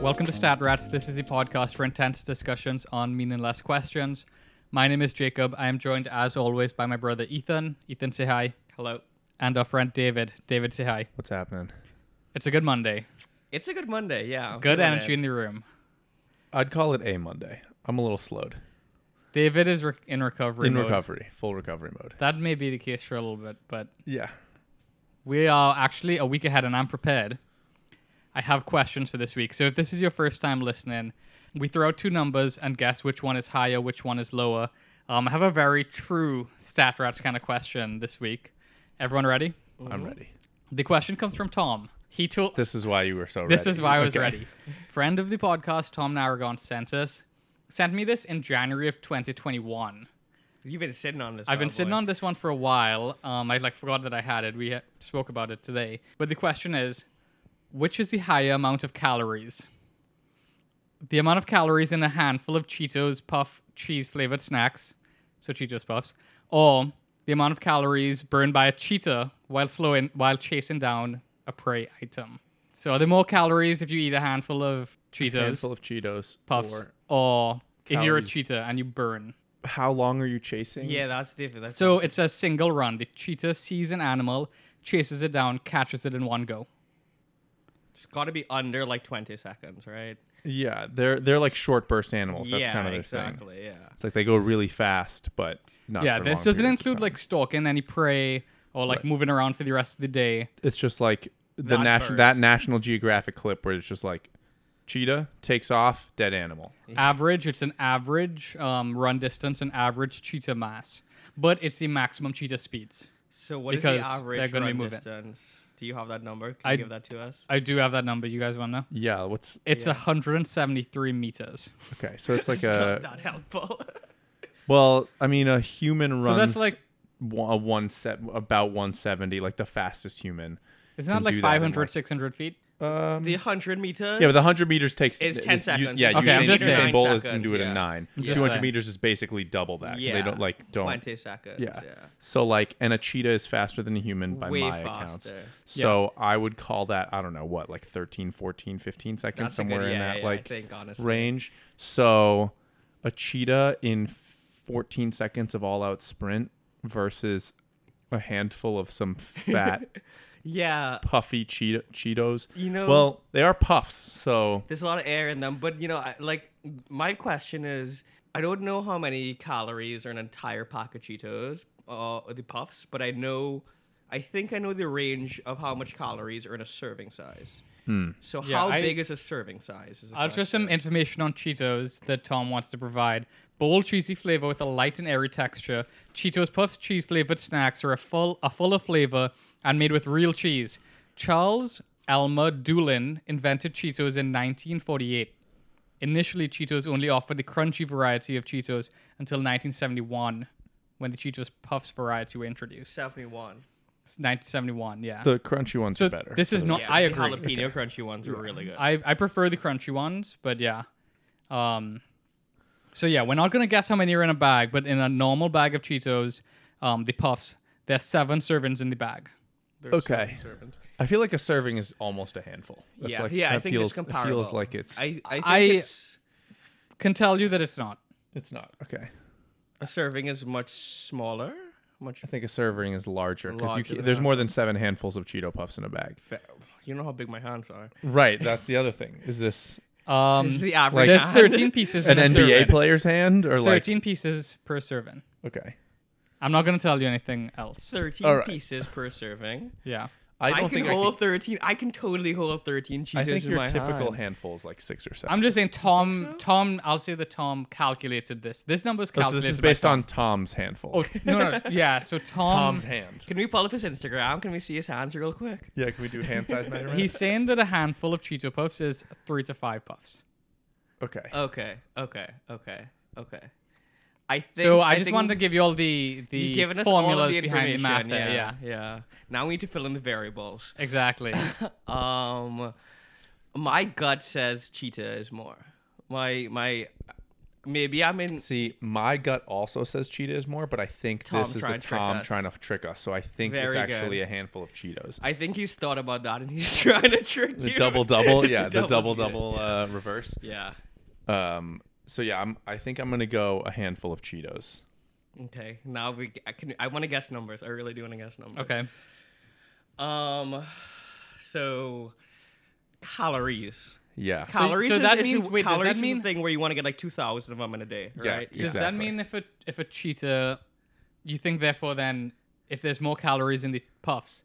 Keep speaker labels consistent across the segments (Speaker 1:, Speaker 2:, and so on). Speaker 1: Welcome to Stat Rats. This is the podcast for intense discussions on meaningless questions. My name is Jacob. I am joined, as always, by my brother Ethan. Ethan, say hi.
Speaker 2: Hello.
Speaker 1: And our friend David. David, say hi.
Speaker 3: What's happening?
Speaker 1: It's a good Monday.
Speaker 2: It's a good Monday, yeah. I'm
Speaker 1: Good
Speaker 2: feeling
Speaker 1: energy
Speaker 2: it.
Speaker 1: in the room.
Speaker 3: I'd call it a Monday. I'm a little slowed.
Speaker 1: David is re- in recovery.
Speaker 3: In
Speaker 1: mode.
Speaker 3: recovery, full recovery mode.
Speaker 1: That may be the case for a little bit, but
Speaker 3: Yeah.
Speaker 1: we are actually a week ahead and I'm prepared. I have questions for this week. So if this is your first time listening, we throw out two numbers and guess which one is higher, which one is lower. Um, I have a very true stat rats kind of question this week. Everyone ready?
Speaker 2: Oh.
Speaker 3: I'm ready.
Speaker 1: The question comes from Tom. He told
Speaker 3: This is why you were so ready.
Speaker 1: this is why I was
Speaker 3: Okay.
Speaker 1: ready. Friend of the podcast, Tom Narragon sent us sent me this in January of 2021.
Speaker 2: You've been sitting on this.
Speaker 1: I've been
Speaker 2: bad
Speaker 1: sitting
Speaker 2: boy.
Speaker 1: on this one for a while. Um, I like forgot that I had it. We had, spoke about it today. But the question is, which is the higher amount of calories? The amount of calories in a handful of Cheetos puff cheese flavored snacks, so Cheetos puffs, or the amount of calories burned by a cheetah while slowing while chasing down a prey item. So are there more calories if you eat a handful of Cheetos
Speaker 3: Handful of Cheetos.
Speaker 1: puffs,
Speaker 3: or-
Speaker 1: or, if you're a
Speaker 3: calories.
Speaker 1: cheetah and you burn?
Speaker 3: how long are you chasing?
Speaker 2: Yeah, that's different. That's
Speaker 1: So it's a single run. The cheetah sees an animal, chases it down, catches it in one go.
Speaker 2: it's got to be under like 20 seconds, right?
Speaker 3: Yeah. They're they're like short burst animals. That's
Speaker 2: yeah,
Speaker 3: kind of their thing.
Speaker 2: exactly. Yeah.
Speaker 3: It's like they go really fast, but not.
Speaker 1: yeah,
Speaker 3: for
Speaker 1: this
Speaker 3: long
Speaker 1: doesn't
Speaker 3: periods of
Speaker 1: include
Speaker 3: time.
Speaker 1: like stalking any prey or like
Speaker 3: Right.
Speaker 1: moving around for the rest of the day.
Speaker 3: It's just like the
Speaker 2: Not
Speaker 3: national that
Speaker 2: bursts.
Speaker 3: National Geographic clip where it's just like cheetah takes off, dead animal.
Speaker 1: Average, it's an average um, run distance and average cheetah mass, but it's the maximum cheetah speeds.
Speaker 2: So what is
Speaker 1: Because
Speaker 2: the
Speaker 1: they're
Speaker 2: average
Speaker 1: gonna be
Speaker 2: run
Speaker 1: moving.
Speaker 2: distance? Do you have that number? Can
Speaker 1: I-
Speaker 2: you give that to us?
Speaker 1: I do have that number. You guys want to know?
Speaker 3: Yeah. What's
Speaker 1: It's
Speaker 2: Yeah.
Speaker 1: 173 meters.
Speaker 3: okay? So it's like
Speaker 2: It's not
Speaker 3: a
Speaker 2: that helpful.
Speaker 3: well. I mean, a human runs.
Speaker 1: So that's like,
Speaker 3: one, a one set about 170 like the fastest human
Speaker 1: isn't that
Speaker 3: can
Speaker 1: like
Speaker 3: do that in
Speaker 1: 500,
Speaker 3: like-
Speaker 1: 600 feet?
Speaker 3: um
Speaker 2: the 100 meters.
Speaker 3: yeah but the 100 meters takes
Speaker 2: It's 10
Speaker 3: you-
Speaker 2: seconds.
Speaker 3: yeah
Speaker 2: It's
Speaker 1: Okay, I'm
Speaker 3: Usain,
Speaker 1: just
Speaker 3: Usain
Speaker 1: saying.
Speaker 3: Bolt is-
Speaker 2: seconds,
Speaker 3: can do it
Speaker 2: yeah.
Speaker 3: in 9
Speaker 1: I'm just
Speaker 3: 200
Speaker 1: saying.
Speaker 3: meters is basically double that
Speaker 2: yeah.
Speaker 3: they don't like don't
Speaker 2: 20 seconds. Yeah.
Speaker 3: yeah. so like and a cheetah is faster than a human by
Speaker 2: Way
Speaker 3: my accounts
Speaker 2: faster.
Speaker 3: so i would call that i don't know what like 13 14 15 seconds
Speaker 2: That's a good-
Speaker 3: somewhere in
Speaker 2: yeah,
Speaker 3: that
Speaker 2: yeah, I
Speaker 3: like
Speaker 2: think, honestly.
Speaker 3: range so a cheetah in 14 seconds of all out sprint versus a handful of some fat
Speaker 2: Yeah.
Speaker 3: puffy cheet- Cheetos.
Speaker 2: You know-
Speaker 3: well, they are puffs, so
Speaker 2: There's a lot of air in them, but you know, I, like my question is, I don't know how many calories are an entire pack of Cheetos uh, or the puffs, but I know, I think I know the range of how much calories are in a serving size.
Speaker 3: Hmm.
Speaker 2: So
Speaker 1: Yeah,
Speaker 2: how
Speaker 1: I-
Speaker 2: big is a serving size? is the
Speaker 1: I'll just some
Speaker 2: question.
Speaker 1: information on Cheetos that Tom wants to provide. Bold, cheesy flavor with a light and airy texture. Cheetos Puffs cheese flavored snacks are a full, are full of flavor and made with real cheese. Charles Alma Doolin invented Cheetos in 1948. Initially, Cheetos only offered the crunchy variety of Cheetos until 1971, when the Cheetos Puffs variety were introduced.
Speaker 2: seventy-one.
Speaker 1: It's 1971, yeah.
Speaker 3: the crunchy ones
Speaker 1: so
Speaker 3: are better.
Speaker 1: this is
Speaker 3: So
Speaker 1: not.
Speaker 2: Yeah,
Speaker 1: I
Speaker 2: the
Speaker 1: agree.
Speaker 2: Jalapeno crunchy ones are really good.
Speaker 1: I, I prefer the crunchy ones, but yeah. Um, so yeah, we're not gonna guess how many are in a bag, but in a normal bag of Cheetos, um, the puffs, there's seven servings in the bag.
Speaker 2: They're so
Speaker 3: okay.
Speaker 2: conservant.
Speaker 3: I feel like a serving is almost a handful. That's
Speaker 2: Yeah,
Speaker 3: like,
Speaker 2: yeah. I
Speaker 3: that
Speaker 2: think
Speaker 3: feels,
Speaker 2: it's comparable.
Speaker 3: Feels like it's
Speaker 2: I, I think
Speaker 1: I-
Speaker 2: it's
Speaker 1: Can tell you that it's not.
Speaker 3: it's not okay.
Speaker 2: a serving is much smaller, much.
Speaker 3: I think a serving is larger because
Speaker 2: Larger
Speaker 3: you ca-
Speaker 2: than
Speaker 3: there's
Speaker 2: a
Speaker 3: more than seven handfuls of Cheeto puffs in a bag.
Speaker 2: fa- You know how big my hands are.
Speaker 3: Right, that's the other thing. Is this
Speaker 2: It's
Speaker 1: Um,
Speaker 2: the average.
Speaker 1: there's
Speaker 2: hand.
Speaker 1: 13 pieces
Speaker 3: an
Speaker 1: in a
Speaker 3: NBA
Speaker 1: serving.
Speaker 3: player's hand or like
Speaker 1: 13 pieces per serving.
Speaker 3: okay?
Speaker 1: I'm not gonna tell you anything else.
Speaker 2: 13
Speaker 3: All right.
Speaker 2: pieces per serving.
Speaker 1: Yeah.
Speaker 3: I
Speaker 2: I,
Speaker 3: don't
Speaker 2: can
Speaker 3: think I
Speaker 2: hold
Speaker 3: can-
Speaker 2: 13. I can totally hold 13 cheeses
Speaker 3: I think
Speaker 2: in
Speaker 3: your
Speaker 2: my
Speaker 3: typical
Speaker 2: hand.
Speaker 3: handful is like six or seven.
Speaker 1: I'm just saying, Tom.
Speaker 2: so?
Speaker 1: Tom. I'll say that Tom calculated this. This number's
Speaker 3: Oh, so
Speaker 1: calculated.
Speaker 3: this is
Speaker 1: by
Speaker 3: based
Speaker 1: Tom.
Speaker 3: on Tom's handful.
Speaker 1: Oh no, no, yeah. So Tom.
Speaker 3: hand.
Speaker 2: Can we pull up his Instagram? Can we see his hands real quick?
Speaker 3: Yeah, can we do hand size measurement?
Speaker 1: He's saying that a handful of Cheeto puffs is three to five puffs.
Speaker 3: okay.
Speaker 2: Okay, okay, okay, okay. I think,
Speaker 1: So I, just
Speaker 2: think
Speaker 1: wanted to give you all the the
Speaker 2: you've given us all of
Speaker 1: formulas
Speaker 2: the
Speaker 1: behind the math
Speaker 2: information,
Speaker 1: there. Yeah,
Speaker 2: yeah, yeah. Now we need to fill in the variables.
Speaker 1: exactly.
Speaker 2: Um, my gut says cheetah is more. My my, maybe I'm in.
Speaker 3: See, my gut also says Cheetos more, but I think
Speaker 2: Tom's
Speaker 3: this is
Speaker 2: trying
Speaker 3: a
Speaker 2: to trick
Speaker 3: Tom
Speaker 2: us.
Speaker 3: trying to trick us. So I think
Speaker 2: Very
Speaker 3: it's actually
Speaker 2: good.
Speaker 3: a handful of Cheetos.
Speaker 2: I think he's thought about that and he's trying to trick
Speaker 3: The
Speaker 2: you.
Speaker 3: double double,
Speaker 2: It's
Speaker 3: yeah,
Speaker 2: a
Speaker 3: the double
Speaker 2: yeah,
Speaker 3: double uh, reverse.
Speaker 2: Yeah.
Speaker 3: Um, so yeah, I'm. I think I'm gonna go a handful of Cheetos.
Speaker 2: Okay. Now we. I can. I want to guess numbers. I really do want to guess numbers.
Speaker 1: Okay.
Speaker 2: Um. So, calories.
Speaker 3: Yeah.
Speaker 1: So-
Speaker 2: Calories.
Speaker 1: so
Speaker 2: is-
Speaker 1: that
Speaker 2: is,
Speaker 1: means- wait, does
Speaker 2: calories
Speaker 1: that
Speaker 2: is the
Speaker 1: mean-
Speaker 2: thing where you want to get like two thousand of them in a day,
Speaker 3: Yeah,
Speaker 2: right?
Speaker 1: Does
Speaker 3: exactly.
Speaker 1: that mean if a if a cheetah, you think therefore then if there's more calories in the puffs,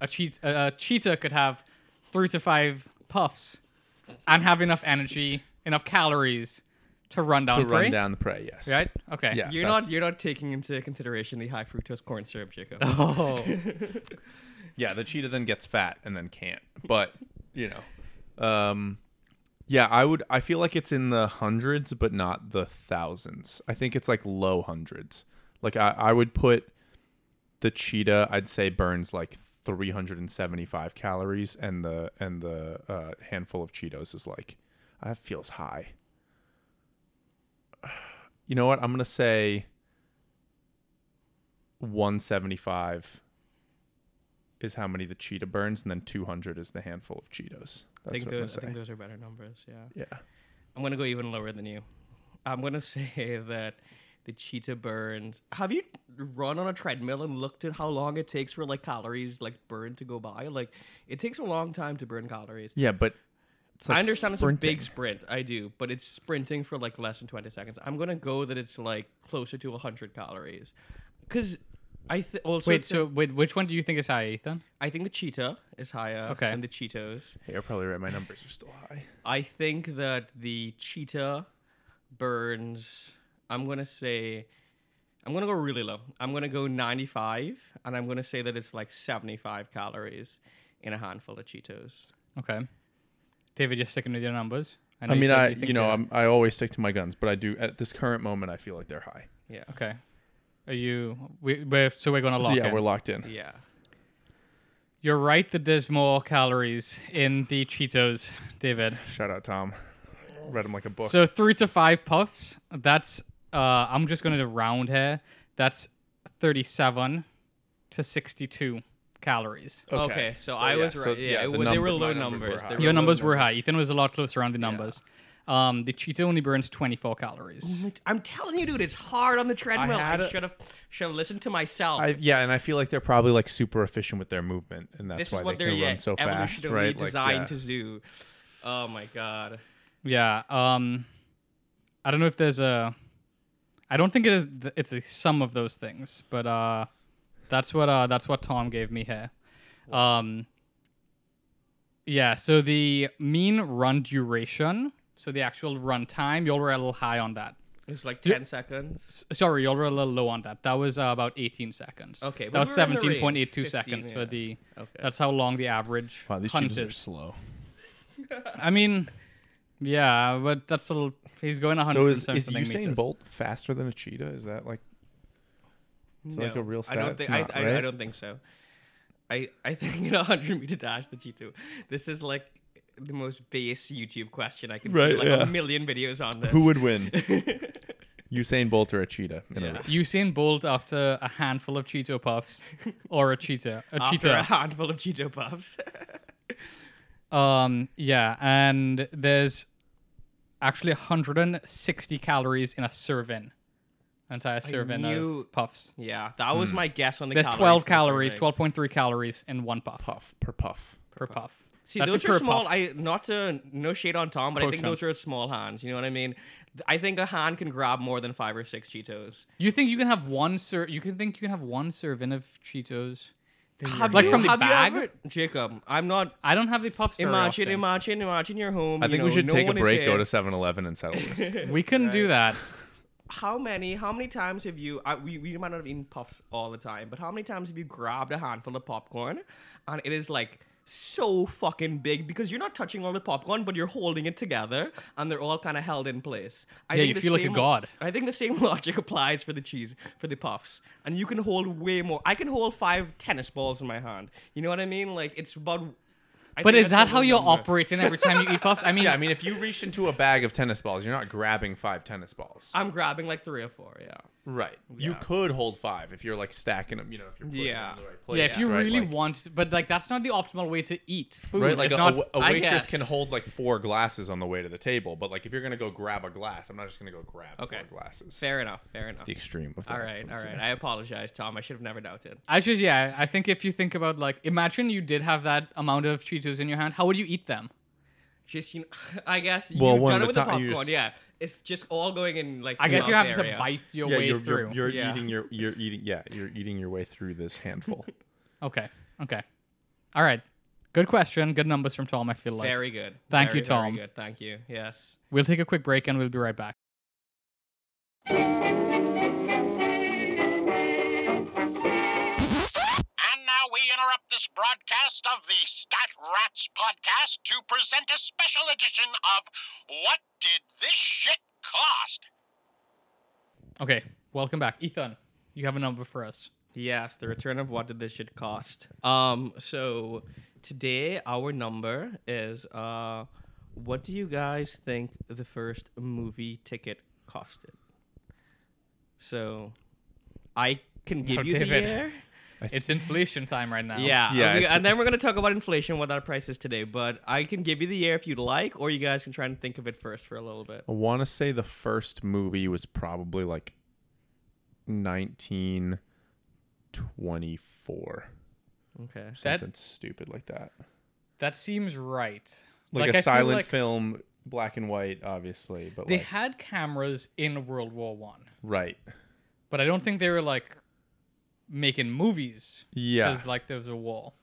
Speaker 1: a cheat a, a cheetah could have three to five puffs, and have enough energy, enough calories to run down
Speaker 3: to
Speaker 1: prey.
Speaker 3: run down the prey? Yes.
Speaker 1: Right. Okay.
Speaker 3: Yeah.
Speaker 2: You're
Speaker 3: that's-
Speaker 2: not. You're not taking into consideration the high fructose corn syrup, Jacob.
Speaker 1: Oh.
Speaker 3: Yeah, the cheetah then gets fat and then can't. But you know, um, yeah, I would. I feel like it's in the hundreds, but not the thousands. I think it's like low hundreds. Like I, I would put the cheetah. I'd say burns like 375 calories, and the and the uh, handful of Cheetos is like, that feels high. You know what? I'm gonna say 175 is how many the cheetah burns, and then 200 is the handful of Cheetos. That's
Speaker 2: I think
Speaker 3: what I'm
Speaker 2: those. I think
Speaker 3: gonna say.
Speaker 2: those are better numbers. Yeah.
Speaker 3: Yeah.
Speaker 2: I'm gonna go even lower than you. I'm gonna say that the cheetah burns. Have you run on a treadmill and looked at how long it takes for like calories like burn to go by? Like it takes a long time to burn calories.
Speaker 3: Yeah, but it's like
Speaker 2: I understand
Speaker 3: sprinting.
Speaker 2: it's a big sprint. I do, but it's sprinting for like less than 20 seconds. I'm gonna go that it's like closer to 100 calories, because I th- also
Speaker 1: wait.
Speaker 2: thi-
Speaker 1: So wait, which one do you think is high, Ethan?
Speaker 2: I think the cheetah is higher
Speaker 1: Okay.
Speaker 2: than the Cheetos.
Speaker 3: Yeah, you're probably right. My numbers are still high.
Speaker 2: I think that the cheetah burns. I'm gonna say, I'm gonna go really low. I'm gonna go 95, and I'm gonna say that it's like 75 calories in a handful of Cheetos.
Speaker 1: Okay. David, you're sticking with your numbers.
Speaker 3: I,
Speaker 1: know
Speaker 3: mean,
Speaker 1: said
Speaker 3: I
Speaker 1: think
Speaker 3: you know
Speaker 1: they're-
Speaker 3: I'm, I always stick to my guns, but I do at this current moment I feel like they're high.
Speaker 2: Yeah,
Speaker 1: Okay. Are you? We, we're, so we're gonna lock
Speaker 3: so yeah,
Speaker 1: in.
Speaker 3: we're locked in.
Speaker 2: yeah.
Speaker 1: You're right that there's more calories in the Cheetos, David.
Speaker 3: Shout out Tom. Read them like a book.
Speaker 1: So three to five puffs. That's uh, I'm just gonna do round here. That's 37 to 62 calories.
Speaker 2: Okay, so, I was right. yeah, it
Speaker 3: the
Speaker 2: wa- they were
Speaker 3: number- my
Speaker 2: low numbers.
Speaker 3: high.
Speaker 2: They
Speaker 1: Your
Speaker 2: low
Speaker 1: numbers were high. Ethan was a lot closer on the numbers. Um, the cheetah only burns 24
Speaker 3: Mm-hmm.
Speaker 1: calories.
Speaker 2: I'm telling you, dude, it's hard on the treadmill. I,
Speaker 3: had a-
Speaker 2: should have should have listened to myself.
Speaker 3: I, yeah, and I feel like they're probably like super efficient with their movement, and that's
Speaker 2: this
Speaker 3: why
Speaker 2: is what
Speaker 3: they
Speaker 2: they're
Speaker 3: can
Speaker 2: yeah,
Speaker 3: run so fast,
Speaker 2: evolutionarily
Speaker 3: right? Like,
Speaker 2: designed to
Speaker 3: yeah.
Speaker 2: do. Oh my god.
Speaker 1: Yeah. Um, I don't know if there's a. I don't think it is. th- It's a sum of those things, but uh, that's what uh, that's what Tom gave me here. Um. Yeah. So the mean run duration. So the actual run time. Y'all were a little high on that.
Speaker 2: It's like 10 seconds.
Speaker 1: S- Sorry, y'all were a little low on that. That was uh, about 18 seconds.
Speaker 2: Okay,
Speaker 1: That
Speaker 2: but
Speaker 1: was
Speaker 2: we were in the range,
Speaker 1: 17.82
Speaker 2: 15,
Speaker 1: seconds for
Speaker 2: yeah.
Speaker 1: the.
Speaker 2: Okay.
Speaker 1: That's how long the average
Speaker 3: Wow, these
Speaker 1: hunt
Speaker 3: cheetahs are
Speaker 1: is.
Speaker 3: slow.
Speaker 1: I mean, yeah, but that's a little. He's going 100
Speaker 3: So is, is
Speaker 1: something
Speaker 3: Usain
Speaker 1: meters.
Speaker 3: Bolt faster than a cheetah? Is that like It's like a real
Speaker 2: I
Speaker 3: stat.
Speaker 2: don't
Speaker 3: It's
Speaker 2: think.
Speaker 3: not,
Speaker 2: I, I, I
Speaker 3: right?
Speaker 2: don't think so. I I think in a hundred meter dash the G two. This is like the most base YouTube question I can see.
Speaker 3: Right,
Speaker 2: Like
Speaker 3: yeah.
Speaker 2: a million videos on this.
Speaker 3: who would win? Usain Bolt or a cheetah in a
Speaker 2: Yeah.
Speaker 3: race?
Speaker 1: Usain Bolt after a handful of Cheeto Puffs or a cheetah. A
Speaker 2: after a
Speaker 1: cheetah.
Speaker 2: handful of Cheeto puffs?
Speaker 1: Um, yeah, and there's actually 160 calories in a serving. An entire serving
Speaker 2: knew-
Speaker 1: of puffs.
Speaker 2: yeah, that was
Speaker 3: Hmm.
Speaker 2: my guess on the.
Speaker 1: There's
Speaker 2: calories
Speaker 1: 12
Speaker 2: for the
Speaker 1: calories,
Speaker 2: survey.
Speaker 1: 12.3 calories in one puff
Speaker 3: puff per puff.
Speaker 1: per puff.
Speaker 2: See,
Speaker 1: That's a
Speaker 2: those are
Speaker 1: per
Speaker 2: small.
Speaker 1: puff.
Speaker 2: I not to no shade on Tom, but I think
Speaker 1: Portions.
Speaker 2: those are small hands. You know what I mean? Th- I think a hand can grab more than five or six Cheetos.
Speaker 1: You think you can have one ser? You can think you can have one serving of Cheetos?
Speaker 2: Have
Speaker 1: Like
Speaker 2: you-
Speaker 1: from the
Speaker 2: have you
Speaker 1: bag?
Speaker 2: ever- Jacob? I'm not
Speaker 1: I don't have the puffs. very
Speaker 2: Imagine,
Speaker 1: often.
Speaker 2: imagine, imagine your home.
Speaker 3: I
Speaker 2: you
Speaker 3: think we
Speaker 2: know,
Speaker 3: should
Speaker 2: no
Speaker 3: take a
Speaker 2: one is
Speaker 3: break, go
Speaker 2: here.
Speaker 3: to 7-Eleven, and settle this.
Speaker 1: We can do that.
Speaker 2: How many? How many times have you? I, we we might not have eaten puffs all the time, but how many times have you grabbed a handful of popcorn, and it is like so fucking big because you're not touching all the popcorn, but you're holding it together, and they're all kind of held in place. I
Speaker 1: Yeah, you
Speaker 2: the
Speaker 1: feel like a
Speaker 2: same-
Speaker 1: god.
Speaker 2: I think the same logic applies for the cheese for the puffs, and you can hold way more. I can hold five tennis balls in my hand. You know what I mean? Like it's about I
Speaker 1: But
Speaker 2: think
Speaker 1: is
Speaker 2: that's
Speaker 1: that
Speaker 2: a
Speaker 1: how
Speaker 2: low
Speaker 1: you're
Speaker 2: number.
Speaker 1: operating every time you eat puffs? I mean,
Speaker 3: Yeah, I mean, if you reach into a bag of tennis balls, you're not grabbing five tennis balls.
Speaker 2: I'm grabbing like three or four. Yeah.
Speaker 3: right. You
Speaker 2: Yeah.
Speaker 3: could hold five if you're like stacking them. You know, if you're putting
Speaker 2: Yeah.
Speaker 3: them in the right place.
Speaker 1: yeah, if you
Speaker 3: right?
Speaker 1: really
Speaker 3: Like-
Speaker 1: want, but like that's not the optimal way to eat food.
Speaker 3: Right, like
Speaker 1: it's
Speaker 3: a,
Speaker 1: not.
Speaker 3: a,
Speaker 2: I
Speaker 3: a waitress can
Speaker 2: guess.
Speaker 3: hold like four glasses on the way to the table, but like if you're gonna go grab a glass, I'm not just gonna go grab
Speaker 2: Okay.
Speaker 3: four glasses.
Speaker 2: Fair enough. Fair enough.
Speaker 3: The extreme of
Speaker 2: All
Speaker 3: that,
Speaker 2: right.
Speaker 3: I would
Speaker 2: All
Speaker 3: say.
Speaker 2: right. I apologize, Tom. I should have never doubted.
Speaker 1: I just yeah, I think if you think about like, imagine you did have that amount of Cheetos in your hand, how would you eat them?
Speaker 2: Just you know, I guess
Speaker 3: Well,
Speaker 2: you've
Speaker 3: one
Speaker 2: done it
Speaker 3: at a
Speaker 2: with the
Speaker 3: time,
Speaker 2: popcorn.
Speaker 3: you just-
Speaker 2: Yeah. It's just all going in like.
Speaker 1: I guess
Speaker 2: mouth
Speaker 1: you have to
Speaker 2: area.
Speaker 1: bite your
Speaker 3: Yeah,
Speaker 1: way
Speaker 3: you're,
Speaker 1: through.
Speaker 3: you're, you're
Speaker 2: Yeah.
Speaker 3: eating your you're eating yeah you're eating your way through this handful.
Speaker 1: Okay, okay, all right. Good question. Good numbers from Tom. I feel like
Speaker 2: Very good.
Speaker 1: Thank you,
Speaker 2: Very, very
Speaker 1: Tom.
Speaker 2: good. Thank you. Yes.
Speaker 1: we'll take a quick break and we'll be right back.
Speaker 4: And now we interrupt this broadcast of the Stat Rats podcast to present a special edition of What Did This Shit Cost?
Speaker 1: Okay, welcome back, Ethan. You have a number for us.
Speaker 2: Yes, the return of what did this shit cost? Um, so today our number is uh, what do you guys think the first movie ticket costed? So, I can give
Speaker 1: Now,
Speaker 2: you
Speaker 1: David.
Speaker 2: the year.
Speaker 1: It's inflation time right now.
Speaker 2: Yeah,
Speaker 3: Yeah,
Speaker 2: okay,
Speaker 3: it's-
Speaker 2: and then we're gonna talk about inflation, what that price is today. But I can give you the year if you'd like, or you guys can try and think of it first for a little bit.
Speaker 3: I want to say the first movie was probably like 1924,
Speaker 2: Okay.
Speaker 1: That-
Speaker 3: something stupid like that,
Speaker 1: that seems right.
Speaker 3: like,
Speaker 1: I
Speaker 3: a
Speaker 1: feel
Speaker 3: silent
Speaker 1: like
Speaker 3: film, black and white, obviously, but
Speaker 1: They
Speaker 3: like,
Speaker 1: had cameras in World War One,
Speaker 3: right,
Speaker 1: but I don't think they were like making movies.
Speaker 3: yeah,
Speaker 1: 'cause, like there was a wall.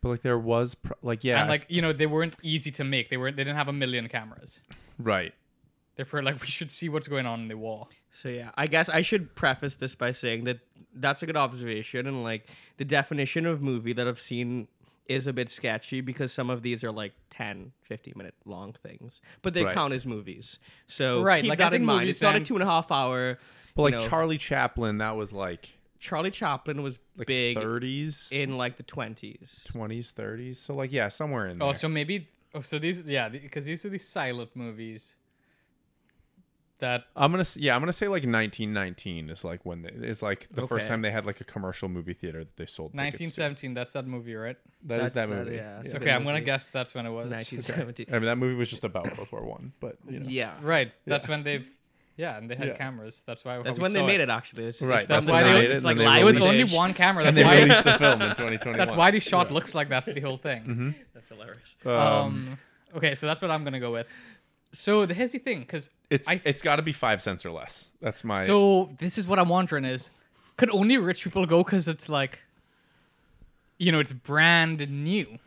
Speaker 3: but like there was pro- like yeah,
Speaker 1: and like you know they weren't easy to make they weren't they didn't have a million cameras
Speaker 3: right,
Speaker 1: they're probably like we should see what's going on in the wall
Speaker 2: So yeah, I guess I should preface this by saying that that's a good observation, and like the definition of movie that I've seen is a bit sketchy because some of these are like 10, 50 minute long things, but they
Speaker 3: Right.
Speaker 2: count as movies. So
Speaker 1: Right,
Speaker 2: keep
Speaker 1: like, I
Speaker 2: that in
Speaker 1: think
Speaker 2: mind.
Speaker 1: movies
Speaker 2: It's not a
Speaker 1: then-
Speaker 2: two and a half hour.
Speaker 3: but
Speaker 2: you
Speaker 3: like
Speaker 2: know,
Speaker 3: Charlie Chaplin, that was like
Speaker 2: Charlie Chaplin was
Speaker 3: like
Speaker 2: big
Speaker 3: 30s,
Speaker 2: in like the twenties.
Speaker 3: 20s, 30s, so like yeah, somewhere in there.
Speaker 1: oh so maybe oh so these yeah because these are these silent movies that
Speaker 3: I'm gonna s- yeah, I'm gonna say like 1919 is like when they, is like the first
Speaker 2: Okay.
Speaker 3: time they had like a commercial movie theater that they sold. tickets to.
Speaker 1: 1917 that's that movie right
Speaker 3: That is
Speaker 2: That's
Speaker 3: that
Speaker 2: that-
Speaker 3: movie.
Speaker 2: yeah, it's
Speaker 3: Yeah.
Speaker 2: a
Speaker 1: okay
Speaker 2: good
Speaker 1: i'm gonna
Speaker 2: movie.
Speaker 1: guess that's when it was
Speaker 2: Nineteen seventy.
Speaker 3: I mean, that movie was just about World War One, but you know.
Speaker 2: Yeah.
Speaker 1: right that's when they've yeah and they had
Speaker 3: Yeah.
Speaker 1: cameras that's why
Speaker 2: That's
Speaker 1: we
Speaker 2: when they
Speaker 1: saw
Speaker 2: made it. Actually, It's- it's
Speaker 3: Right,
Speaker 2: from
Speaker 3: that's
Speaker 2: the
Speaker 1: why they-
Speaker 2: 90s,
Speaker 1: and
Speaker 2: it's like
Speaker 3: then they
Speaker 1: it
Speaker 2: live
Speaker 1: was
Speaker 3: released
Speaker 1: only
Speaker 2: footage.
Speaker 1: one camera that's
Speaker 3: And they
Speaker 1: why
Speaker 3: released the film in 2021.
Speaker 1: that's why the shot looks like that for the whole thing
Speaker 3: Mm-hmm.
Speaker 2: That's hilarious.
Speaker 3: Um,
Speaker 1: um okay so that's what i'm gonna go with so the here's the thing because
Speaker 3: it's
Speaker 1: I-
Speaker 3: it's got to be five cents or less. That's my.
Speaker 1: So this is what I'm wondering is, could only rich people go because it's like, you know, it's brand new.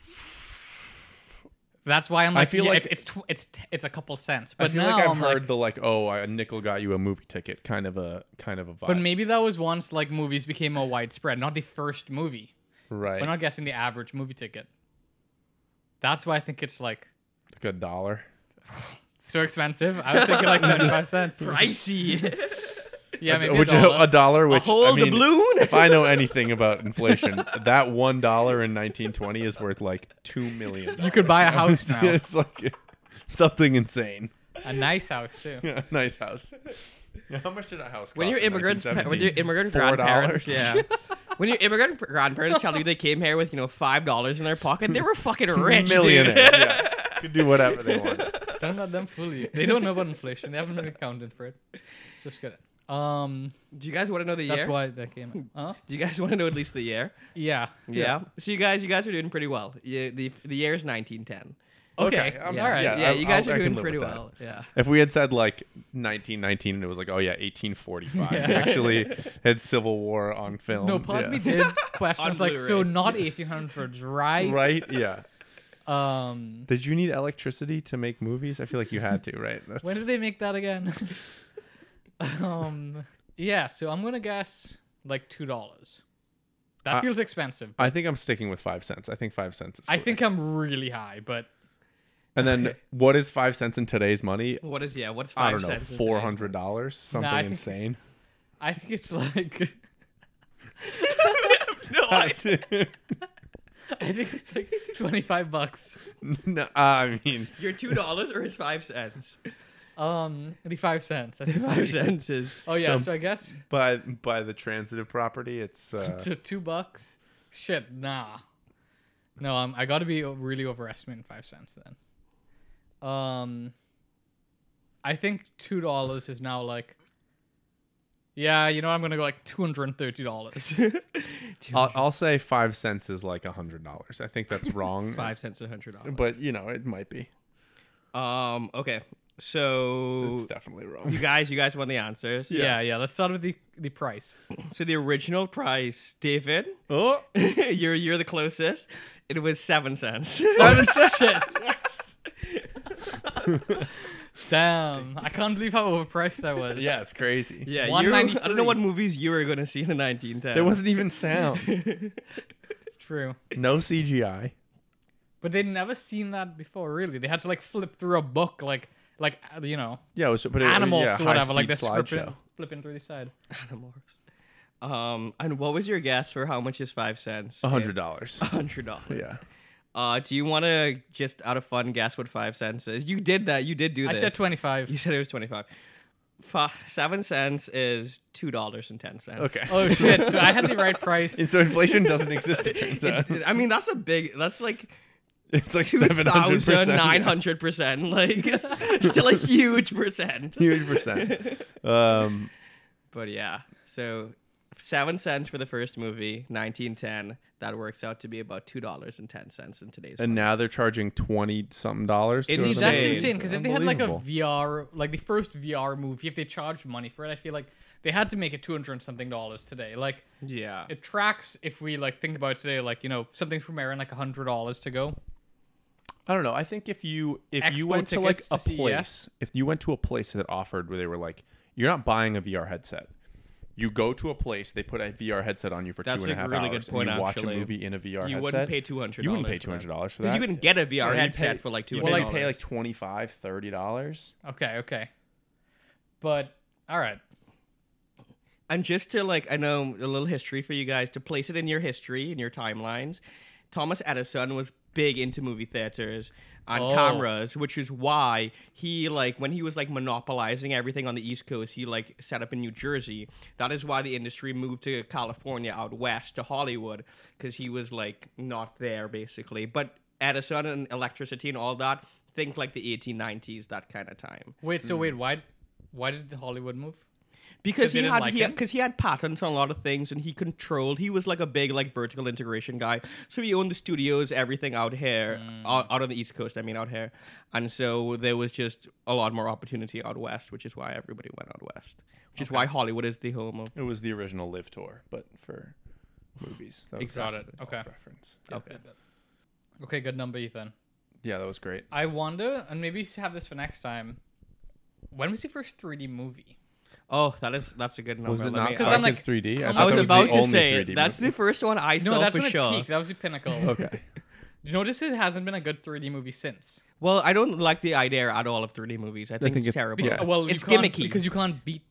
Speaker 1: That's why I'm like, I feel like it's it's, tw- it's t- it's a couple cents,
Speaker 3: I
Speaker 1: but
Speaker 3: feel
Speaker 1: now
Speaker 3: like I've
Speaker 1: I'm
Speaker 3: heard
Speaker 1: like,
Speaker 3: the like, oh, a nickel got you a movie ticket, kind of a kind of a vibe.
Speaker 1: but maybe that was once like movies became more widespread, not the first movie.
Speaker 3: right,
Speaker 1: We're not guessing the average movie ticket. That's why I think it's like
Speaker 3: like a dollar.
Speaker 1: so expensive. I was thinking like seventy-five cents.
Speaker 2: Pricey.
Speaker 1: Yeah, maybe
Speaker 3: which
Speaker 1: a dollar.
Speaker 3: a dollar, which
Speaker 2: whole
Speaker 3: I mean,
Speaker 2: doubloon?
Speaker 3: if I know anything about inflation, that one dollar in 1920 is worth like two million.
Speaker 1: You could buy a house
Speaker 3: dollars.
Speaker 1: now,
Speaker 3: it's like something insane.
Speaker 1: a nice house too.
Speaker 3: Yeah, nice house. Yeah, how much did a house cost?
Speaker 2: when your
Speaker 3: in
Speaker 2: immigrants, pa- when your
Speaker 3: 1917?
Speaker 2: immigrant
Speaker 3: Four
Speaker 2: grandparents,
Speaker 3: dollars?
Speaker 2: yeah, when your immigrant pr- grandparents tell you they came here with you know five dollars in their pocket, they were fucking rich, dude.
Speaker 3: millionaires? yeah, could do whatever they want.
Speaker 1: Don't let them fool you. They don't know about inflation. They haven't really accounted for it. Just get it. Um,
Speaker 2: Do you guys want to know the
Speaker 1: that's
Speaker 2: year?
Speaker 1: why that came. out. Huh?
Speaker 2: Do you guys want to know at least the year?
Speaker 1: Yeah.
Speaker 2: Yeah. So you guys, you guys are doing pretty well. Yeah, the the year is 1910.
Speaker 1: Okay.
Speaker 3: I'm-
Speaker 1: All right.
Speaker 3: yeah.
Speaker 2: Yeah,
Speaker 3: I-
Speaker 2: you guys
Speaker 3: I'll- I
Speaker 2: are
Speaker 3: can
Speaker 2: doing
Speaker 3: live
Speaker 2: pretty
Speaker 3: with that.
Speaker 2: well. Yeah.
Speaker 3: If we had said like 1919 and it was like, oh yeah, 1845,
Speaker 1: Yeah.
Speaker 3: we actually had Civil War on film.
Speaker 1: No, part
Speaker 3: yeah.
Speaker 1: of me did questions
Speaker 2: On
Speaker 1: like, so
Speaker 2: Blu-ray.
Speaker 1: not 1800s, right?
Speaker 3: Right? Yeah.
Speaker 1: Um,
Speaker 3: Did you need electricity to make movies? I feel like you had to, right? That's,
Speaker 1: when did they make that again? um, yeah. So I'm gonna guess like two dollars. That
Speaker 3: I-
Speaker 1: feels expensive.
Speaker 3: I think I'm sticking with five cents. I think five cents is.
Speaker 1: I think
Speaker 3: correct.
Speaker 1: I'm really high, but
Speaker 3: And then what is five cents in today's money?
Speaker 2: What is yeah? What's five
Speaker 3: I don't know,
Speaker 2: cents in today's
Speaker 3: four hundred dollars, something
Speaker 1: Nah, I think-
Speaker 3: insane.
Speaker 1: I think it's like.
Speaker 2: money? No, I-
Speaker 1: I think it's like 25 bucks.
Speaker 3: no, I mean,
Speaker 2: Your two dollars or is five cents?
Speaker 1: Um, it'd be five cents. I think
Speaker 2: Five cents is.
Speaker 1: Oh yeah,
Speaker 3: So-
Speaker 1: so, I guess
Speaker 3: by by the transitive property, it's uh,
Speaker 1: to two bucks. Shit, nah. No, um, I got to be o- really overestimating five cents then. Um, I think two dollars is now like. Yeah, you know I'm gonna go like two hundred and thirty dollars.
Speaker 3: I'll, I'll say five cents is like a hundred dollars. I think that's wrong,
Speaker 2: Five cents, a hundred dollars.
Speaker 3: but you know it might be.
Speaker 2: um, okay, so
Speaker 3: It's definitely wrong.
Speaker 2: you guys, you guys want the answers.
Speaker 1: yeah. yeah, Let's start with the the price.
Speaker 2: So the original price, David,
Speaker 3: Oh,
Speaker 2: you're you're the closest. It was seven cents.
Speaker 1: Shit. Damn, I can't believe how overpriced I was.
Speaker 3: yeah, it's crazy.
Speaker 2: yeah, you. I
Speaker 1: 193.
Speaker 2: don't know what movies you were gonna see in the 1910.
Speaker 3: there wasn't even sound,
Speaker 1: true.
Speaker 3: no CGI.
Speaker 1: But they'd never seen that before, really. They had to like flip through a book, like like uh, you know
Speaker 3: Yeah, it was, but it,
Speaker 1: animals
Speaker 3: yeah,
Speaker 1: or whatever, like they're
Speaker 3: high-speed
Speaker 1: flipping, flipping through the side.
Speaker 2: Animorphs. Um, and what was your guess for how much is five cents?
Speaker 3: A hundred dollars.
Speaker 2: Hundred dollars.
Speaker 3: Yeah.
Speaker 2: Uh, do you want to just out of fun guess what five cents is? You did that. You did do
Speaker 1: I
Speaker 2: this.
Speaker 1: said twenty five.
Speaker 2: You said it was twenty-five. Fi seven cents is two dollars and ten cents.
Speaker 3: Okay.
Speaker 1: Oh shit! So I had the right
Speaker 3: And
Speaker 1: price.
Speaker 3: so inflation doesn't exist. It turns out.
Speaker 2: It- I mean, that's a big. That's like
Speaker 3: It's like
Speaker 2: two
Speaker 3: seven hundred
Speaker 2: thousand nine
Speaker 3: percent.
Speaker 2: hundred percent. Like, it's still a huge percent.
Speaker 3: Huge percent. Um,
Speaker 2: But yeah, so seven cents for the first movie, nineteen ten. That works out to be about two dollars and ten cents in today's.
Speaker 3: and now they're charging twenty something dollars. to
Speaker 2: It's
Speaker 1: See,
Speaker 3: a
Speaker 1: that's
Speaker 3: movie.
Speaker 1: insane because if they had like a
Speaker 3: Unbelievable.
Speaker 1: VR, like the first VR movie, if they charged money for it, I feel like they had to make it two hundred and something dollars today. Like
Speaker 2: yeah,
Speaker 1: it tracks if we like think about it today, like you know something from Aaron like hundred dollars to go.
Speaker 3: I don't know. I think if you if you
Speaker 1: Expo
Speaker 3: went to like
Speaker 1: tickets
Speaker 3: a
Speaker 1: to CES?
Speaker 2: E
Speaker 3: place, if you went to a place that offered where they were like, you're not buying a VR headset. You go to a place, they put a VR headset on you for
Speaker 2: That's
Speaker 3: two and a
Speaker 2: a
Speaker 3: half
Speaker 2: really good
Speaker 3: hours,
Speaker 2: point,
Speaker 3: and you watch
Speaker 2: actually.
Speaker 3: a movie in a VR headset.
Speaker 2: You wouldn't pay $200
Speaker 3: You wouldn't pay
Speaker 2: for
Speaker 3: two
Speaker 2: that.
Speaker 3: hundred dollars for that.
Speaker 2: because you couldn't get a VR
Speaker 3: You'd
Speaker 2: headset
Speaker 3: pay-
Speaker 2: for like two
Speaker 3: you'd
Speaker 1: Well,
Speaker 2: hundred
Speaker 1: like-
Speaker 3: maybe
Speaker 2: dollars.
Speaker 3: pay like 25 30 dollars.
Speaker 1: Okay, okay. But all right,
Speaker 2: And just to like, I know a little history for you guys to place it in your history and your timelines. Thomas Edison was big into movie theaters on
Speaker 1: Oh.
Speaker 2: cameras, which is why he like when he was like monopolizing everything on the East Coast, he like set up in New Jersey. That is why the industry moved to California out west to Hollywood because he was like not there basically. But Edison and electricity and all that think like the 1890s that kind of time
Speaker 1: wait.
Speaker 3: Hmm.
Speaker 1: So wait, why why did the Hollywood move?
Speaker 2: because
Speaker 1: they
Speaker 2: he
Speaker 1: didn't
Speaker 2: had
Speaker 1: like him?
Speaker 2: because he, had patents on a lot of things and he controlled he was like a big like vertical integration guy so he owned the studios everything out here
Speaker 1: Mm.
Speaker 2: out, out on the east coast i mean out here and so there was just a lot more opportunity out west which is why everybody went out west which is why hollywood is the home of
Speaker 3: It was the original Live Tour, but for movies. That was
Speaker 1: Got it. Okay.
Speaker 3: Reference.
Speaker 2: okay
Speaker 1: Okay, good number, Ethan.
Speaker 3: Yeah, that was great.
Speaker 1: I wonder, and maybe have this for next time. When was the first 3D movie?
Speaker 2: oh that is that's a good number
Speaker 3: Was it
Speaker 2: Let
Speaker 3: not
Speaker 2: me-
Speaker 1: Because
Speaker 3: Because
Speaker 2: I,
Speaker 1: I'm like,
Speaker 3: 3D?
Speaker 1: how
Speaker 3: I
Speaker 1: much-
Speaker 3: thought
Speaker 2: I was
Speaker 3: that the
Speaker 2: about to
Speaker 3: only
Speaker 2: say
Speaker 3: 3D
Speaker 2: that's
Speaker 3: movie.
Speaker 2: the first one i
Speaker 1: No,
Speaker 2: saw
Speaker 1: that's
Speaker 2: for
Speaker 1: when it
Speaker 2: sure
Speaker 1: peaked. That was the pinnacle.
Speaker 3: Okay.
Speaker 1: You notice it hasn't been a good 3D movie since.
Speaker 2: well i don't like the idea at all of 3d movies i think,
Speaker 3: think
Speaker 2: it's,
Speaker 3: it's-
Speaker 2: terrible
Speaker 3: yeah, Beca-
Speaker 1: well,
Speaker 2: it's
Speaker 1: you can't-
Speaker 2: gimmicky
Speaker 1: because you can't beat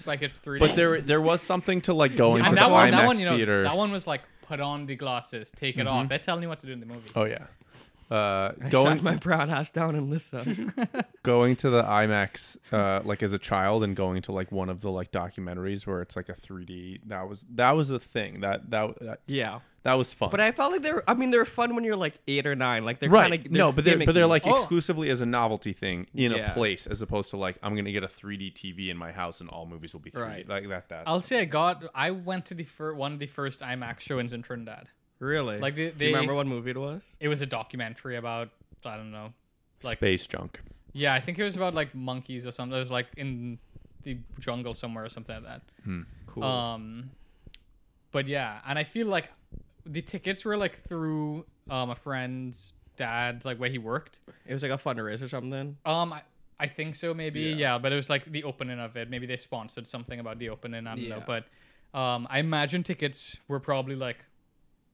Speaker 1: Spike Kids 3D.
Speaker 3: But there, there was something to like going to
Speaker 1: and
Speaker 3: the
Speaker 1: that one,
Speaker 3: IMAX
Speaker 1: that one, you know,
Speaker 3: theater.
Speaker 1: that one was like put on the glasses, take it
Speaker 2: Mm-hmm.
Speaker 1: off. They're telling you what to do in the movie.
Speaker 3: Oh yeah. Uh,
Speaker 2: Going,
Speaker 3: going
Speaker 2: sat my brown ass down and listen.
Speaker 3: going to the IMAX uh, like as a child and going to like one of the like documentaries where it's like a 3D. That was that was a thing. That that that,
Speaker 2: yeah.
Speaker 3: that was fun.
Speaker 2: But I felt like they're. I mean, they're fun when you're like eight or nine. Like they're
Speaker 3: right
Speaker 2: kind of
Speaker 3: no, but they're but they're like
Speaker 1: Oh.
Speaker 3: exclusively as a novelty thing in
Speaker 2: Yeah.
Speaker 3: a place as opposed to like I'm gonna get a 3D TV in my house and all movies will be 3D
Speaker 2: Right.
Speaker 3: like that. That
Speaker 1: I'll say I got. I went to the fir- one of the first IMAX showings in Trinidad.
Speaker 2: Oh, really
Speaker 1: Like, they-
Speaker 2: Do you remember
Speaker 1: they-
Speaker 2: what movie it was?
Speaker 1: It was a documentary about I don't know, like
Speaker 3: space junk.
Speaker 1: Yeah, I think it was about like monkeys or something. It was like in the jungle somewhere or something like that.
Speaker 2: Cool.
Speaker 1: Um, but yeah, and I feel like the tickets were like through um, a friend's dad, like where he worked.
Speaker 2: it was like a fundraiser or something.
Speaker 1: Um, I, I think so, maybe. Yeah. but it was like the opening of it. Maybe they sponsored something about the opening. I don't know,
Speaker 2: Yeah.
Speaker 1: but um, I imagine tickets were probably like,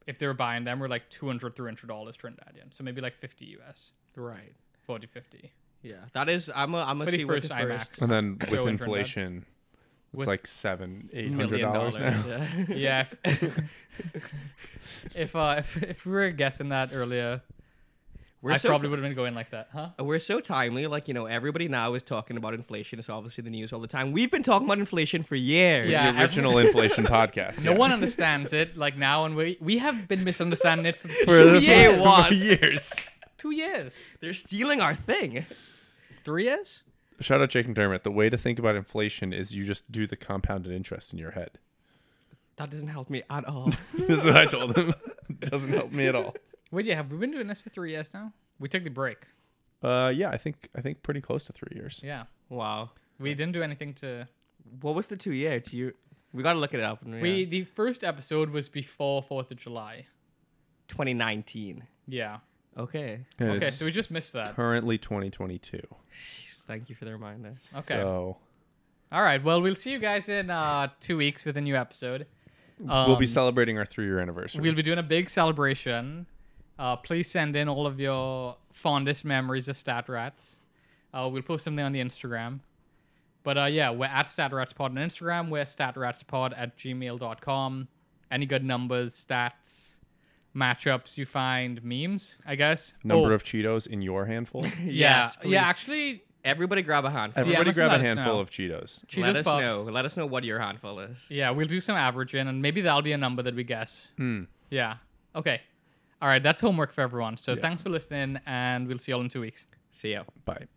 Speaker 1: if they were buying them, were like 200 300 dollars Trinidadian, so maybe like 50 US,
Speaker 2: Right.
Speaker 1: 40 50.
Speaker 2: Yeah. That is. I'm a. I'm a
Speaker 1: But the
Speaker 2: see what the
Speaker 1: first
Speaker 2: first.
Speaker 1: IMAX.
Speaker 3: And then
Speaker 1: Show
Speaker 3: with
Speaker 1: in Trinidad.
Speaker 3: inflation, It's
Speaker 1: With-
Speaker 3: like seven, eight hundred
Speaker 1: Million
Speaker 3: dollars now.
Speaker 1: dollars,
Speaker 2: Yeah.
Speaker 1: yeah. If if, uh, if if we were guessing that earlier,
Speaker 2: We're
Speaker 1: I
Speaker 2: so
Speaker 1: probably would have been going like that, huh?
Speaker 2: we're so timely. Like you know, everybody now is talking about inflation. It's obviously the news all the time. We've been talking about inflation for years.
Speaker 1: Yeah.
Speaker 3: The original inflation podcast.
Speaker 1: No
Speaker 3: yeah.
Speaker 1: one understands it like now, and we we have been misunderstanding it for,
Speaker 3: for,
Speaker 1: two,
Speaker 3: the-
Speaker 1: years.
Speaker 3: for
Speaker 2: one.
Speaker 3: years.
Speaker 1: two years,
Speaker 2: They're stealing our thing.
Speaker 1: three years.
Speaker 3: Shout out Jake McDermott. The way to think about inflation is you just do the compounded interest in your head.
Speaker 2: That doesn't help me at all.
Speaker 3: That's what I told him. Doesn't help me at all.
Speaker 1: Wait, yeah, have we been doing this for three years now? We took the break.
Speaker 3: Uh, yeah, I think I think pretty close to three years.
Speaker 1: Yeah,
Speaker 2: wow.
Speaker 1: we didn't do anything to.
Speaker 2: What was the two year? Do you? We gotta look it up.
Speaker 1: We the first episode was before Fourth of July.
Speaker 2: 2019.
Speaker 1: Yeah.
Speaker 2: Okay.
Speaker 3: And
Speaker 1: Okay,
Speaker 3: it's
Speaker 1: so we just missed that.
Speaker 3: currently 2022.
Speaker 2: Jeez, thank you for the reminder.
Speaker 1: Okay.
Speaker 3: So
Speaker 1: All right. Well, we'll see you guys in uh, two weeks with a new episode.
Speaker 3: we'll be
Speaker 1: Um,
Speaker 3: celebrating our three-year anniversary.
Speaker 1: We'll be doing a big celebration. Uh, please send in all of your fondest memories of Stat Rats. Uh, we'll post something on the Instagram. But uh, yeah, we're at StatRatsPod on Instagram. We're StatRatsPod at gmail.com. Any good numbers, stats, matchups you find, memes, I guess.
Speaker 3: Number
Speaker 1: Oh,
Speaker 3: of Cheetos in your handful.
Speaker 1: yeah,
Speaker 2: Yes,
Speaker 1: yeah.
Speaker 2: please.
Speaker 1: Actually,
Speaker 2: Everybody grab a handful.
Speaker 1: Every-
Speaker 3: Everybody
Speaker 1: let's
Speaker 3: grab
Speaker 1: let
Speaker 3: a
Speaker 1: us
Speaker 3: handful
Speaker 1: know.
Speaker 3: of Cheetos.
Speaker 1: Cheetos
Speaker 2: Let us
Speaker 1: Puffs.
Speaker 2: know. Let us know what your handful is.
Speaker 1: Yeah, we'll do some averaging, and maybe that'll be a number that we guess. Yeah. Okay. All right. That's homework for everyone. So thanks for listening, and we'll see you all in two weeks.
Speaker 2: See ya.
Speaker 3: Bye.